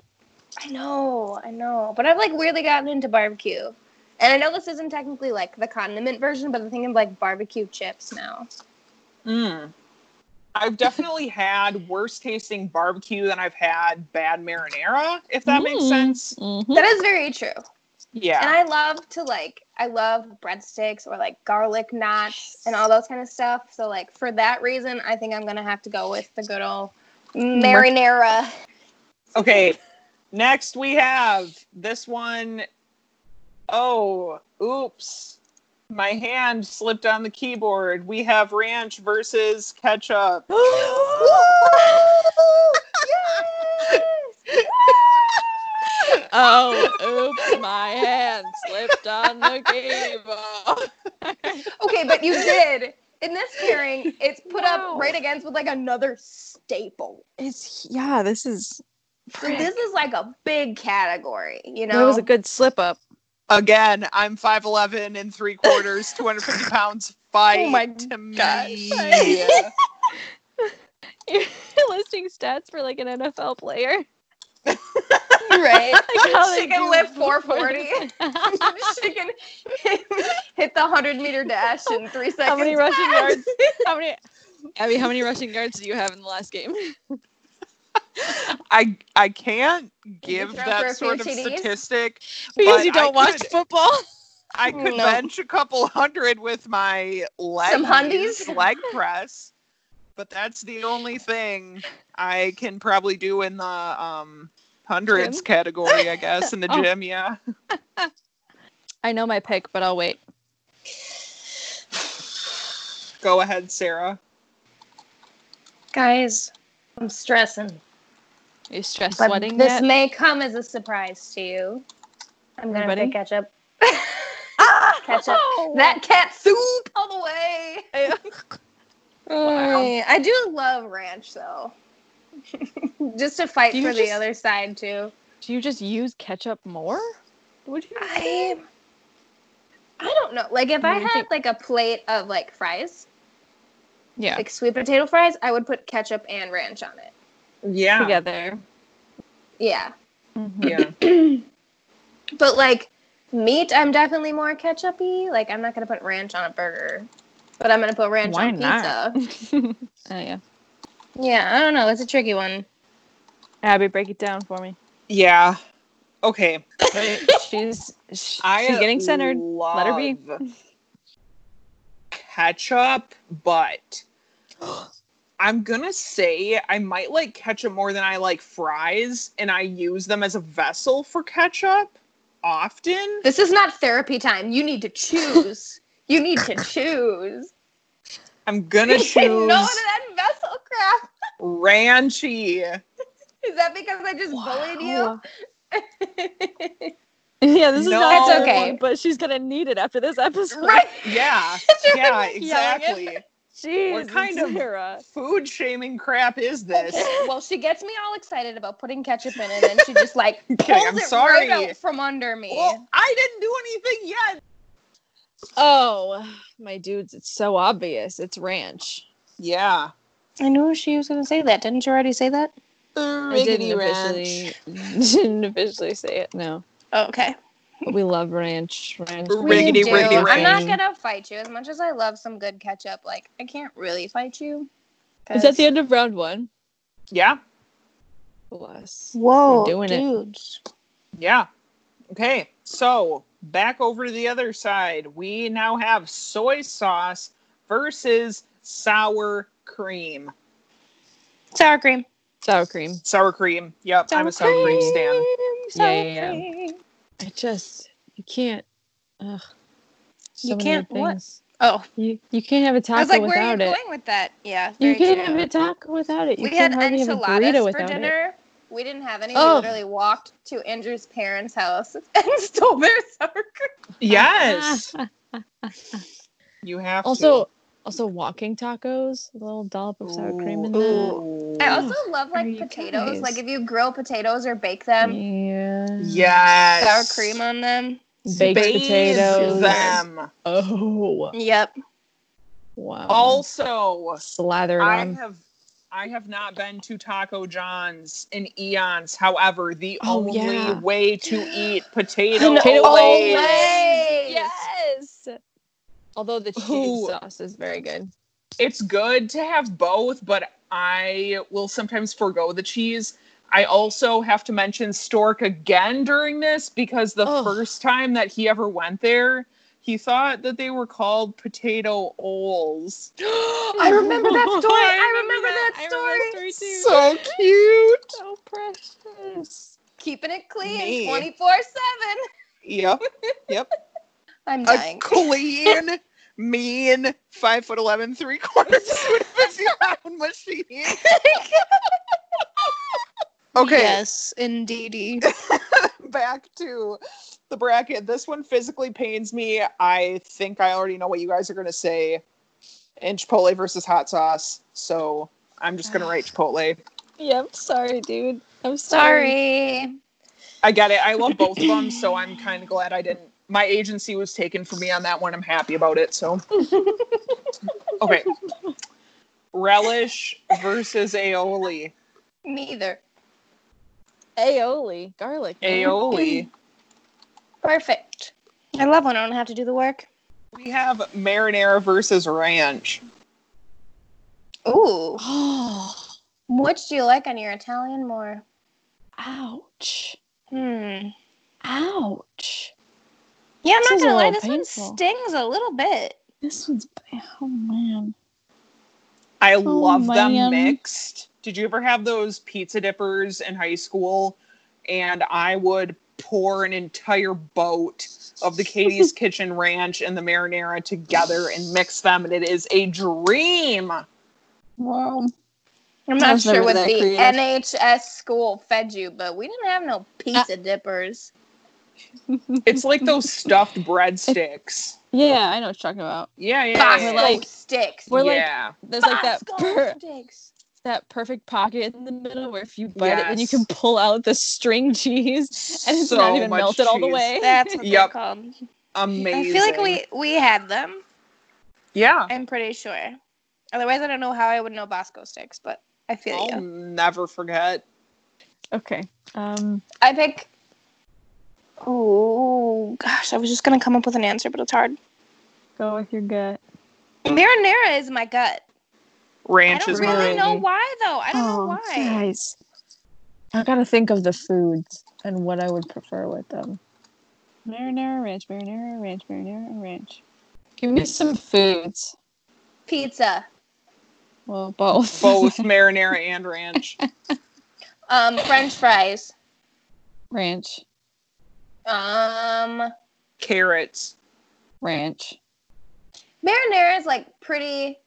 [SPEAKER 3] I know, I know, but I've like weirdly gotten into barbecue, and I know this isn't technically like the condiment version, but I'm thinking of like barbecue chips now.
[SPEAKER 4] Mm. I've definitely had worse tasting
[SPEAKER 3] Hmm.
[SPEAKER 4] barbecue than I've had bad marinara. If that makes
[SPEAKER 2] Mm.
[SPEAKER 4] sense.
[SPEAKER 3] That is very true. And
[SPEAKER 4] Yeah.
[SPEAKER 3] I love to like I love breadsticks or like garlic knots and all those kind of stuff. So like for that reason, I think I'm gonna have to go with the good old marinara.
[SPEAKER 4] Okay. Next we have this one oh oops. My hand slipped on the keyboard. We have ranch versus ketchup.
[SPEAKER 2] Oh, oops, my hand slipped on the keyboard.
[SPEAKER 3] Okay, but you did. In this pairing, it's put
[SPEAKER 2] No.
[SPEAKER 3] up right against with like another staple.
[SPEAKER 2] It's yeah, this is
[SPEAKER 3] So this is like a big category, you
[SPEAKER 2] That
[SPEAKER 3] know.
[SPEAKER 2] was a good slip up.
[SPEAKER 4] Again, I'm 5'11 and three quarters, 250 pounds. Fight
[SPEAKER 3] Oh
[SPEAKER 2] my
[SPEAKER 4] to me.
[SPEAKER 2] gosh. You're listing stats for like an NFL player.
[SPEAKER 3] right.
[SPEAKER 2] Like how
[SPEAKER 3] she
[SPEAKER 2] they
[SPEAKER 3] can
[SPEAKER 2] do
[SPEAKER 3] lift
[SPEAKER 2] four
[SPEAKER 3] 440. she can hit the 100 meter dash in three seconds.
[SPEAKER 2] How many rushing yards? How many? Abby, how many rushing yards do you have in the last game?
[SPEAKER 4] I I can't give
[SPEAKER 3] throw for a
[SPEAKER 4] that
[SPEAKER 3] few
[SPEAKER 4] sort of
[SPEAKER 3] TDs?
[SPEAKER 4] statistic.
[SPEAKER 2] Because
[SPEAKER 4] But
[SPEAKER 2] you
[SPEAKER 4] I
[SPEAKER 2] don't watch
[SPEAKER 4] could-
[SPEAKER 2] football.
[SPEAKER 4] I could
[SPEAKER 3] Oh, No.
[SPEAKER 4] bench a couple hundred with my legs,
[SPEAKER 3] Some hundies?
[SPEAKER 4] leg press, but that's the only thing I can probably do in the um hundreds
[SPEAKER 2] Gym?
[SPEAKER 4] category, I guess, in the
[SPEAKER 2] Oh.
[SPEAKER 4] gym. Yeah.
[SPEAKER 2] I know my pick, but I'll wait.
[SPEAKER 4] Go ahead, Sarah.
[SPEAKER 3] Guys, I'm stressing.
[SPEAKER 2] You stress
[SPEAKER 3] But
[SPEAKER 2] sweating
[SPEAKER 3] this
[SPEAKER 2] yet?
[SPEAKER 3] may come as a surprise to you. I'm gonna
[SPEAKER 2] Everybody?
[SPEAKER 3] pick ketchup.
[SPEAKER 2] ah,
[SPEAKER 3] ketchup. That cat soup all the way. Mm, I do love ranch though. just to fight
[SPEAKER 2] Do you
[SPEAKER 3] for the
[SPEAKER 2] just-
[SPEAKER 3] other side too.
[SPEAKER 2] do you just use ketchup more? Would you?
[SPEAKER 3] I I don't know. Like if
[SPEAKER 2] I
[SPEAKER 3] I
[SPEAKER 2] mean, I
[SPEAKER 3] had
[SPEAKER 2] think-
[SPEAKER 3] like a plate of like fries,
[SPEAKER 2] Yeah,
[SPEAKER 3] like sweet potato fries, I would put ketchup and ranch on it.
[SPEAKER 4] Yeah.
[SPEAKER 2] together.
[SPEAKER 3] Yeah.
[SPEAKER 2] Mhm.
[SPEAKER 4] Yeah.
[SPEAKER 3] But like meat, I'm definitely more ketchupy. Like I'm not gonna put ranch on a burger. But I'm gonna put ranch
[SPEAKER 2] Why
[SPEAKER 3] on
[SPEAKER 2] not?
[SPEAKER 3] pizza.
[SPEAKER 2] Oh yeah.
[SPEAKER 3] Yeah, I don't know. It's a tricky one.
[SPEAKER 2] Abby, break it down for me.
[SPEAKER 4] Yeah. Okay.
[SPEAKER 2] She's sh-
[SPEAKER 4] I
[SPEAKER 2] she's getting centered.
[SPEAKER 4] Love
[SPEAKER 2] her be.
[SPEAKER 4] Ketchup, but I'm gonna say I might like ketchup more than I like fries, and I use them as a vessel for ketchup often.
[SPEAKER 3] This is not therapy time. You need to choose. you need to choose.
[SPEAKER 4] I'm gonna
[SPEAKER 3] no to
[SPEAKER 4] choose
[SPEAKER 3] that vessel crap.
[SPEAKER 4] ranchy.
[SPEAKER 3] Is that because I just bullied you?
[SPEAKER 2] yeah, this is not
[SPEAKER 4] No.
[SPEAKER 2] her
[SPEAKER 3] It's okay.
[SPEAKER 2] one, but she's gonna need it after this episode.
[SPEAKER 3] right.
[SPEAKER 4] Yeah, yeah, exactly.
[SPEAKER 2] Jeez,
[SPEAKER 4] kind of-
[SPEAKER 2] Sarah.
[SPEAKER 4] Food shaming crap is this?
[SPEAKER 3] well, she gets me all excited about putting ketchup in, and then she just like
[SPEAKER 4] Okay,
[SPEAKER 3] pulls
[SPEAKER 4] I'm
[SPEAKER 3] it
[SPEAKER 4] sorry.
[SPEAKER 3] right out from under me.
[SPEAKER 4] Well, I didn't do anything yet.
[SPEAKER 2] Oh, my dudes, it's so obvious. It's ranch.
[SPEAKER 4] Yeah.
[SPEAKER 3] I knew she was gonna say that. Didn't you already say that?
[SPEAKER 2] I didn't officially didn't officially say it. No,
[SPEAKER 3] okay.
[SPEAKER 2] but we love ranch. Ranch.
[SPEAKER 4] We Riggedy, do. riggedy,
[SPEAKER 3] I'm not
[SPEAKER 4] ranch.
[SPEAKER 3] gonna fight you as much as I love some good ketchup. Like I can't really fight you.
[SPEAKER 2] Is that the end of round one?
[SPEAKER 4] Yeah.
[SPEAKER 2] Bless.
[SPEAKER 3] Whoa,
[SPEAKER 2] We're doing it.
[SPEAKER 3] dudes.
[SPEAKER 4] Yeah. Okay. So back over to the other side. We now have soy sauce versus sour cream.
[SPEAKER 3] Sour cream.
[SPEAKER 2] Sour cream.
[SPEAKER 4] Sour cream. Yep. I'm a sour cream stan.
[SPEAKER 3] Sour
[SPEAKER 2] Yeah, yeah, yeah.
[SPEAKER 3] cream.
[SPEAKER 2] I just you can't. Ugh. So
[SPEAKER 3] You
[SPEAKER 2] many
[SPEAKER 3] can't what?
[SPEAKER 2] things.
[SPEAKER 3] Oh,
[SPEAKER 2] You you can't have a taco
[SPEAKER 3] I was like, where are
[SPEAKER 2] without
[SPEAKER 3] you
[SPEAKER 2] it.
[SPEAKER 3] going with that? Yeah,
[SPEAKER 2] You
[SPEAKER 3] very
[SPEAKER 2] can't
[SPEAKER 3] true.
[SPEAKER 2] have a taco without it. You
[SPEAKER 3] we
[SPEAKER 2] can't
[SPEAKER 3] had
[SPEAKER 2] hardly have a burrito
[SPEAKER 3] enchiladas for
[SPEAKER 2] without it.
[SPEAKER 3] dinner. We didn't have any.
[SPEAKER 2] Oh.
[SPEAKER 3] We literally walked to Andrew's parents' house and stole their sour cream.
[SPEAKER 4] Yes. you have
[SPEAKER 2] Also, also walking tacos, a little dollop
[SPEAKER 4] to.
[SPEAKER 2] of sour cream in that.
[SPEAKER 4] Ooh.
[SPEAKER 3] I also love like
[SPEAKER 2] are you
[SPEAKER 3] potatoes.
[SPEAKER 2] guys?
[SPEAKER 3] Like if you grill potatoes or bake them,
[SPEAKER 2] Yeah.
[SPEAKER 4] yes.
[SPEAKER 3] sour cream on them.
[SPEAKER 2] Baked
[SPEAKER 4] Bathe
[SPEAKER 2] potatoes.
[SPEAKER 4] Them.
[SPEAKER 2] Oh.
[SPEAKER 3] Yep.
[SPEAKER 2] Wow.
[SPEAKER 4] Also,
[SPEAKER 2] slathered
[SPEAKER 4] I
[SPEAKER 2] on.
[SPEAKER 4] have I have not been to Taco John's in eons. However, the
[SPEAKER 2] Oh,
[SPEAKER 4] only
[SPEAKER 2] yeah.
[SPEAKER 4] way to eat potato
[SPEAKER 2] Potato
[SPEAKER 4] Olays-
[SPEAKER 3] Olays.
[SPEAKER 2] Yes. Although the cheese
[SPEAKER 4] Ooh.
[SPEAKER 2] sauce is very good.
[SPEAKER 4] it's good to have both, but I will sometimes forego the cheese. I also have to mention Stork again during this because the
[SPEAKER 2] Ugh.
[SPEAKER 4] first time that he ever went there, he thought that they were called potato oles.
[SPEAKER 3] I remember that story. I remember that
[SPEAKER 2] Oh, I remember
[SPEAKER 3] story.
[SPEAKER 2] that story too.
[SPEAKER 4] So cute.
[SPEAKER 2] so precious.
[SPEAKER 3] Keeping it
[SPEAKER 4] Me.
[SPEAKER 3] clean 24 7.
[SPEAKER 4] Yep. Yep.
[SPEAKER 3] I'm
[SPEAKER 4] A
[SPEAKER 3] dying.
[SPEAKER 4] clean, mean, five foot eleven, three quarters to fifty pound machine. Okay,
[SPEAKER 2] Yes, indeedy.
[SPEAKER 4] back to the bracket. This one physically pains me. I think I already know what you guys are going to say. And Chipotle versus hot sauce. So I'm just going to write Chipotle.
[SPEAKER 2] yep. Sorry, dude. I'm sorry.
[SPEAKER 3] Sorry.
[SPEAKER 4] I get it. I love both of them. So I'm kind of glad I didn't. My agency was taken from me on that one. I'm happy about it. So, okay. Relish versus aioli.
[SPEAKER 3] Neither.
[SPEAKER 2] Aioli, garlic.
[SPEAKER 4] Aioli.
[SPEAKER 3] Perfect. I love when I don't have to do the work.
[SPEAKER 4] We have marinara versus ranch.
[SPEAKER 3] Ooh.
[SPEAKER 2] Oh,
[SPEAKER 3] Which do you like on your Italian more?
[SPEAKER 2] ouch.
[SPEAKER 3] Hmm.
[SPEAKER 2] Ouch.
[SPEAKER 3] Yeah, I'm
[SPEAKER 2] This
[SPEAKER 3] not
[SPEAKER 2] is a
[SPEAKER 3] gonna lie.
[SPEAKER 2] little
[SPEAKER 3] This
[SPEAKER 2] painful.
[SPEAKER 3] one stings a little bit.
[SPEAKER 2] This one's. Oh, man.
[SPEAKER 4] I love
[SPEAKER 2] Oh,
[SPEAKER 4] them
[SPEAKER 2] man.
[SPEAKER 4] mixed. Did you ever have those pizza dippers in high school? And I would pour an entire boat of the Katie's Kitchen Ranch and the marinara together and mix them, and it is a dream.
[SPEAKER 2] Wow.
[SPEAKER 3] I'm
[SPEAKER 2] I
[SPEAKER 3] not
[SPEAKER 2] was
[SPEAKER 3] sure
[SPEAKER 2] never
[SPEAKER 3] what the
[SPEAKER 2] that creative.
[SPEAKER 3] NHS school fed you, but we didn't have no pizza dippers.
[SPEAKER 4] It's like those stuffed breadsticks.
[SPEAKER 2] Yeah, I know what you're talking about.
[SPEAKER 4] Yeah, yeah,
[SPEAKER 3] Bosco
[SPEAKER 4] yeah.
[SPEAKER 2] Ah, We're like-
[SPEAKER 3] sticks.
[SPEAKER 2] we're like-
[SPEAKER 4] yeah.
[SPEAKER 2] There's like that
[SPEAKER 3] Bosco
[SPEAKER 2] per-
[SPEAKER 3] sticks.
[SPEAKER 2] that perfect pocket in the middle where if you bite it, then you
[SPEAKER 4] Yes.
[SPEAKER 2] can pull out the string cheese, and it's
[SPEAKER 4] So
[SPEAKER 2] not even
[SPEAKER 4] much
[SPEAKER 2] melted all the
[SPEAKER 4] cheese.
[SPEAKER 2] way.
[SPEAKER 3] That's what
[SPEAKER 4] Yep.
[SPEAKER 3] they're called.
[SPEAKER 4] amazing.
[SPEAKER 3] I feel like we we had them.
[SPEAKER 4] yeah.
[SPEAKER 3] I'm pretty sure. Otherwise, I don't know how I would know Bosco sticks, but I feel you.
[SPEAKER 4] I'll never forget.
[SPEAKER 2] okay. Um.
[SPEAKER 3] I pick. Oh gosh, I was just gonna come up with an answer, but it's hard.
[SPEAKER 2] Go with your gut.
[SPEAKER 3] Marinara is my gut. I
[SPEAKER 4] Ranch
[SPEAKER 3] don't
[SPEAKER 4] is
[SPEAKER 3] really
[SPEAKER 4] my
[SPEAKER 3] know
[SPEAKER 2] Marinara.
[SPEAKER 3] why though. I don't know why.
[SPEAKER 2] Oh, guys, I gotta think of the foods and what I would prefer with them. Marinara ranch, marinara ranch, marinara ranch. Give me some foods.
[SPEAKER 3] Pizza.
[SPEAKER 2] Well, both.
[SPEAKER 4] both marinara and ranch.
[SPEAKER 3] Um, French fries.
[SPEAKER 2] ranch,
[SPEAKER 3] Um,
[SPEAKER 4] Carrots.
[SPEAKER 2] ranch.
[SPEAKER 3] marinara is like pretty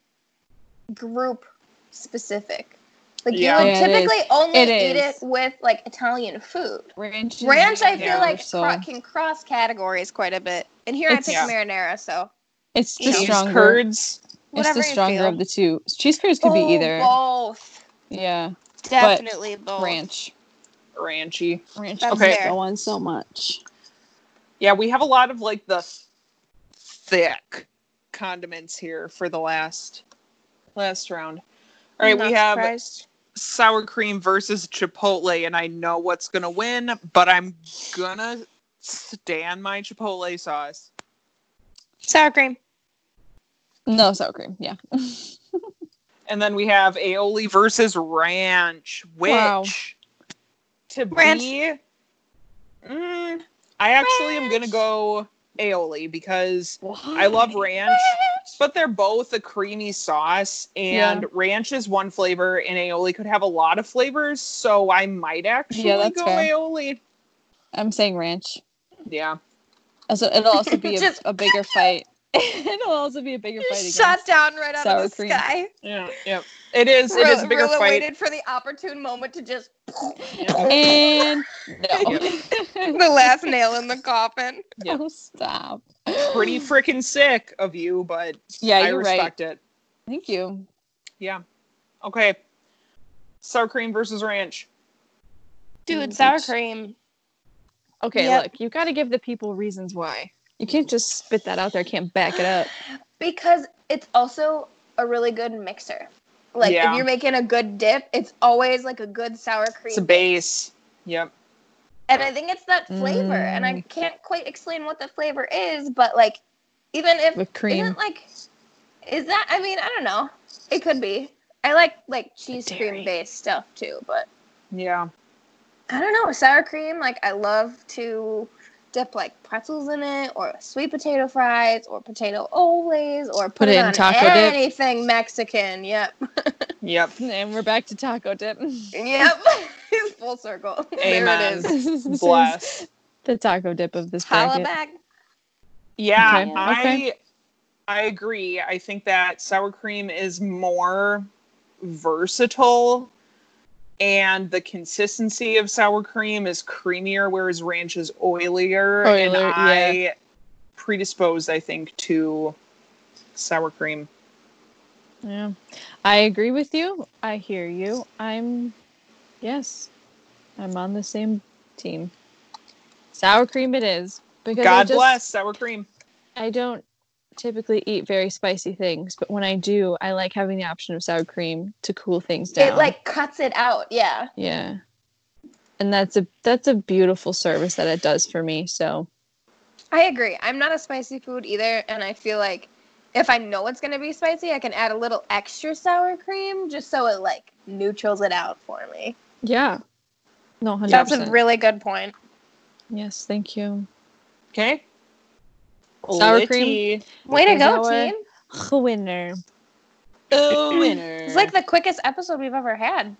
[SPEAKER 3] group specific. Like
[SPEAKER 4] Yeah.
[SPEAKER 3] you would
[SPEAKER 2] Yeah, it
[SPEAKER 3] typically only
[SPEAKER 2] It
[SPEAKER 3] eat
[SPEAKER 2] is.
[SPEAKER 3] it with like Italian food.
[SPEAKER 2] Ranch. is
[SPEAKER 3] Ranch, I feel
[SPEAKER 4] Yeah.
[SPEAKER 2] marinara,
[SPEAKER 3] like
[SPEAKER 2] so
[SPEAKER 3] cro- can cross categories quite a bit. And here
[SPEAKER 2] It's-
[SPEAKER 3] I pick
[SPEAKER 4] Yeah.
[SPEAKER 3] marinara, so
[SPEAKER 2] it's the
[SPEAKER 3] you know.
[SPEAKER 4] Cheese
[SPEAKER 2] stronger.
[SPEAKER 4] curds.
[SPEAKER 2] It's
[SPEAKER 3] whatever
[SPEAKER 2] the
[SPEAKER 3] you
[SPEAKER 2] stronger
[SPEAKER 3] feel.
[SPEAKER 2] of the two. Cheese curds could
[SPEAKER 3] Oh,
[SPEAKER 2] be either.
[SPEAKER 3] Both.
[SPEAKER 2] Yeah,
[SPEAKER 3] Definitely both.
[SPEAKER 2] ranch.
[SPEAKER 4] Ranchy.
[SPEAKER 2] Ranch
[SPEAKER 3] That's
[SPEAKER 2] is
[SPEAKER 4] Okay.
[SPEAKER 3] fair.
[SPEAKER 2] going so much.
[SPEAKER 4] Yeah, we have a lot of like the thick condiments here for the last last round. All right,
[SPEAKER 3] I'm
[SPEAKER 4] we
[SPEAKER 3] not
[SPEAKER 4] have
[SPEAKER 3] surprised.
[SPEAKER 4] sour cream versus chipotle and I know what's going to win, but I'm gonna stand my chipotle sauce.
[SPEAKER 3] sour cream.
[SPEAKER 2] No sour cream. Yeah.
[SPEAKER 4] And then we have aioli versus ranch, which
[SPEAKER 2] Wow.
[SPEAKER 4] to
[SPEAKER 3] Ranch.
[SPEAKER 4] be, mm, I actually am gonna go aioli because I love ranch, but they're both a creamy sauce, and ranch is one flavor, and aioli could have a lot of flavors, so I might actually
[SPEAKER 2] that's
[SPEAKER 4] go
[SPEAKER 2] fair.
[SPEAKER 4] aioli.
[SPEAKER 2] I'm saying ranch.
[SPEAKER 4] Yeah,
[SPEAKER 2] Also, it'll also be a,
[SPEAKER 3] Just-
[SPEAKER 2] a bigger fight. it'll also be a bigger fight again.
[SPEAKER 3] Shot down right out
[SPEAKER 2] sour
[SPEAKER 3] of the
[SPEAKER 2] cream.
[SPEAKER 3] sky.
[SPEAKER 4] yeah, yeah. It is. It is a
[SPEAKER 3] Ru-
[SPEAKER 4] bigger
[SPEAKER 3] Rilla
[SPEAKER 4] fight.
[SPEAKER 3] waited for the opportune moment to just
[SPEAKER 2] And no.
[SPEAKER 3] the last nail in the coffin.
[SPEAKER 4] Yep.
[SPEAKER 2] Oh, stop.
[SPEAKER 4] Pretty freaking sick of you, but
[SPEAKER 2] Yeah,
[SPEAKER 4] I
[SPEAKER 2] you're right.
[SPEAKER 4] respect it.
[SPEAKER 2] Thank you.
[SPEAKER 4] Yeah. Okay. Sour cream versus ranch.
[SPEAKER 3] Dude,
[SPEAKER 2] Mm,
[SPEAKER 3] sour
[SPEAKER 2] each-
[SPEAKER 3] cream.
[SPEAKER 2] Okay,
[SPEAKER 3] Yep.
[SPEAKER 2] look, you got to give the people reasons why. You can't just spit that out there. Can't back it up.
[SPEAKER 3] Because it's also a really good mixer. Like
[SPEAKER 4] Yeah.
[SPEAKER 3] if you're making a good dip, it's always like a good sour
[SPEAKER 4] It's a
[SPEAKER 3] cream.
[SPEAKER 4] base. Yep.
[SPEAKER 3] and I think it's that flavor. And I can't quite explain what the flavor is, but like even if
[SPEAKER 2] With cream.
[SPEAKER 3] isn't like is that I mean, I don't know. It could be. I like like cheese
[SPEAKER 2] dairy.
[SPEAKER 3] cream based stuff too, but
[SPEAKER 4] Yeah.
[SPEAKER 3] I don't know, sour cream. Like I love to dip like pretzels in it, or sweet potato fries, or potato olays, or put,
[SPEAKER 1] Put it in
[SPEAKER 3] on
[SPEAKER 1] taco dip.
[SPEAKER 3] anything Mexican. Yep,
[SPEAKER 4] Yep.
[SPEAKER 2] And we're back to taco dip.
[SPEAKER 3] yep. Full circle. There
[SPEAKER 4] Amen.
[SPEAKER 3] it is.
[SPEAKER 2] This
[SPEAKER 4] Bless.
[SPEAKER 2] is the taco dip of this
[SPEAKER 3] Holla
[SPEAKER 2] bracket.
[SPEAKER 3] back.
[SPEAKER 4] Yeah,
[SPEAKER 2] Okay.
[SPEAKER 4] I
[SPEAKER 2] Okay.
[SPEAKER 4] I agree. I think that sour cream is more versatile and the consistency of sour cream is creamier whereas ranch is oilier, and
[SPEAKER 2] Oilier,
[SPEAKER 4] I predisposed I think to sour cream.
[SPEAKER 2] Yeah. I agree with you. I hear you. I'm yes. I'm on the same team. Sour cream it is. Because I
[SPEAKER 4] God
[SPEAKER 2] just-
[SPEAKER 4] bless sour cream.
[SPEAKER 2] I don't typically eat very spicy things, but when I do, I like having the option of sour cream to cool things down.
[SPEAKER 3] It like cuts it out. Yeah.
[SPEAKER 2] yeah. And that's a that's a beautiful service that it does for me. So
[SPEAKER 3] I agree. I'm not a spicy food either, and I feel like if I know it's gonna be spicy, I can add a little extra sour cream just so it like neutrals it out for me.
[SPEAKER 2] yeah. No, hundred
[SPEAKER 3] That's a
[SPEAKER 2] percent.
[SPEAKER 3] really good point.
[SPEAKER 2] yes, thank you.
[SPEAKER 4] Okay.
[SPEAKER 2] Sour cream.
[SPEAKER 3] Way to
[SPEAKER 2] Is
[SPEAKER 3] go,
[SPEAKER 2] our-
[SPEAKER 3] team!
[SPEAKER 2] Winner.
[SPEAKER 4] winner.
[SPEAKER 3] It's like the quickest episode we've ever had.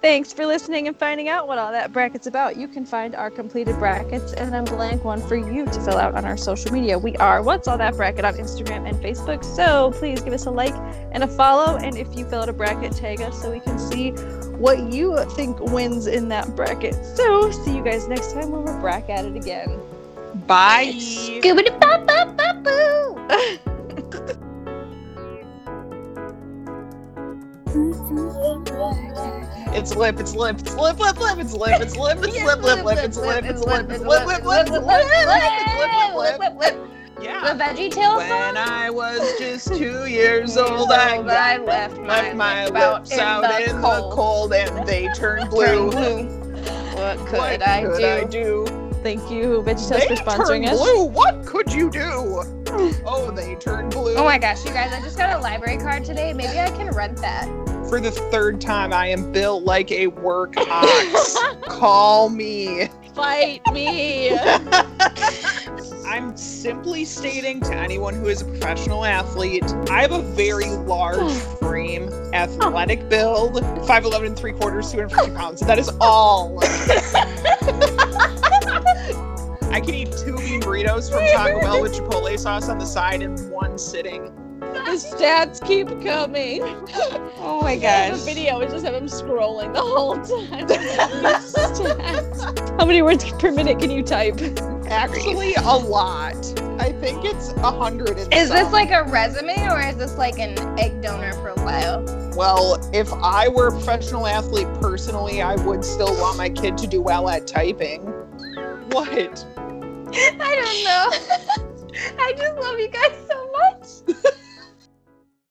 [SPEAKER 2] Thanks for listening and finding out what all that bracket's about. You can find our completed brackets and a blank one for you to fill out on our social media. We are What's All That Bracket on Instagram and Facebook. So please give us a like and a follow. And if you fill out a bracket, tag us so we can see what you think wins in that bracket. So see you guys next time when we're brack at it again.
[SPEAKER 4] Bye.
[SPEAKER 3] Goobity bop bop bop boo.
[SPEAKER 4] It's lip, it's lip, it's lip, lip, lip, it's lip, it's lip, it's lip, lip, lip, it's lip, it's lip, it's lip, lip, lip, it's lip, lip, lip, lip, lip.
[SPEAKER 3] The
[SPEAKER 4] Yeah.
[SPEAKER 3] Veggie Tale
[SPEAKER 4] When
[SPEAKER 3] song.
[SPEAKER 4] I was just two years old, I
[SPEAKER 3] I
[SPEAKER 4] got
[SPEAKER 3] left
[SPEAKER 4] my, my
[SPEAKER 3] lip out
[SPEAKER 4] lips out in the cold and they turned
[SPEAKER 3] Turn
[SPEAKER 4] blue.
[SPEAKER 3] blue. What could
[SPEAKER 4] What
[SPEAKER 3] I
[SPEAKER 4] could
[SPEAKER 3] do?
[SPEAKER 4] I do?
[SPEAKER 2] Thank you, Veggie
[SPEAKER 4] They
[SPEAKER 2] Tales, for
[SPEAKER 4] turned
[SPEAKER 2] sponsoring us.
[SPEAKER 4] blue. What could you do? Oh, they turned blue.
[SPEAKER 3] Oh my gosh, you guys, I just got a library card today. Maybe I can rent that.
[SPEAKER 4] For the third time, I am built like a work ox. Call me.
[SPEAKER 2] Fight me.
[SPEAKER 4] I'm simply stating to anyone who is a professional athlete, I have a very large frame, athletic build, 5'11 and 3 quarters, 250 pounds. That is all. I can eat two bean burritos from Taco Bell with chipotle sauce on the side in one sitting.
[SPEAKER 2] the stats keep coming.
[SPEAKER 4] Oh my
[SPEAKER 2] I have a video is just have him scrolling the whole time. How many words per minute can you type?
[SPEAKER 4] Actually, a lot. I think it's a hundred. and
[SPEAKER 3] Is this
[SPEAKER 4] some.
[SPEAKER 3] like a resume or is this like an egg donor profile?
[SPEAKER 4] Well, if I were a professional athlete personally, I would still want my kid to do well at typing. What?
[SPEAKER 3] I don't know. I just love you guys so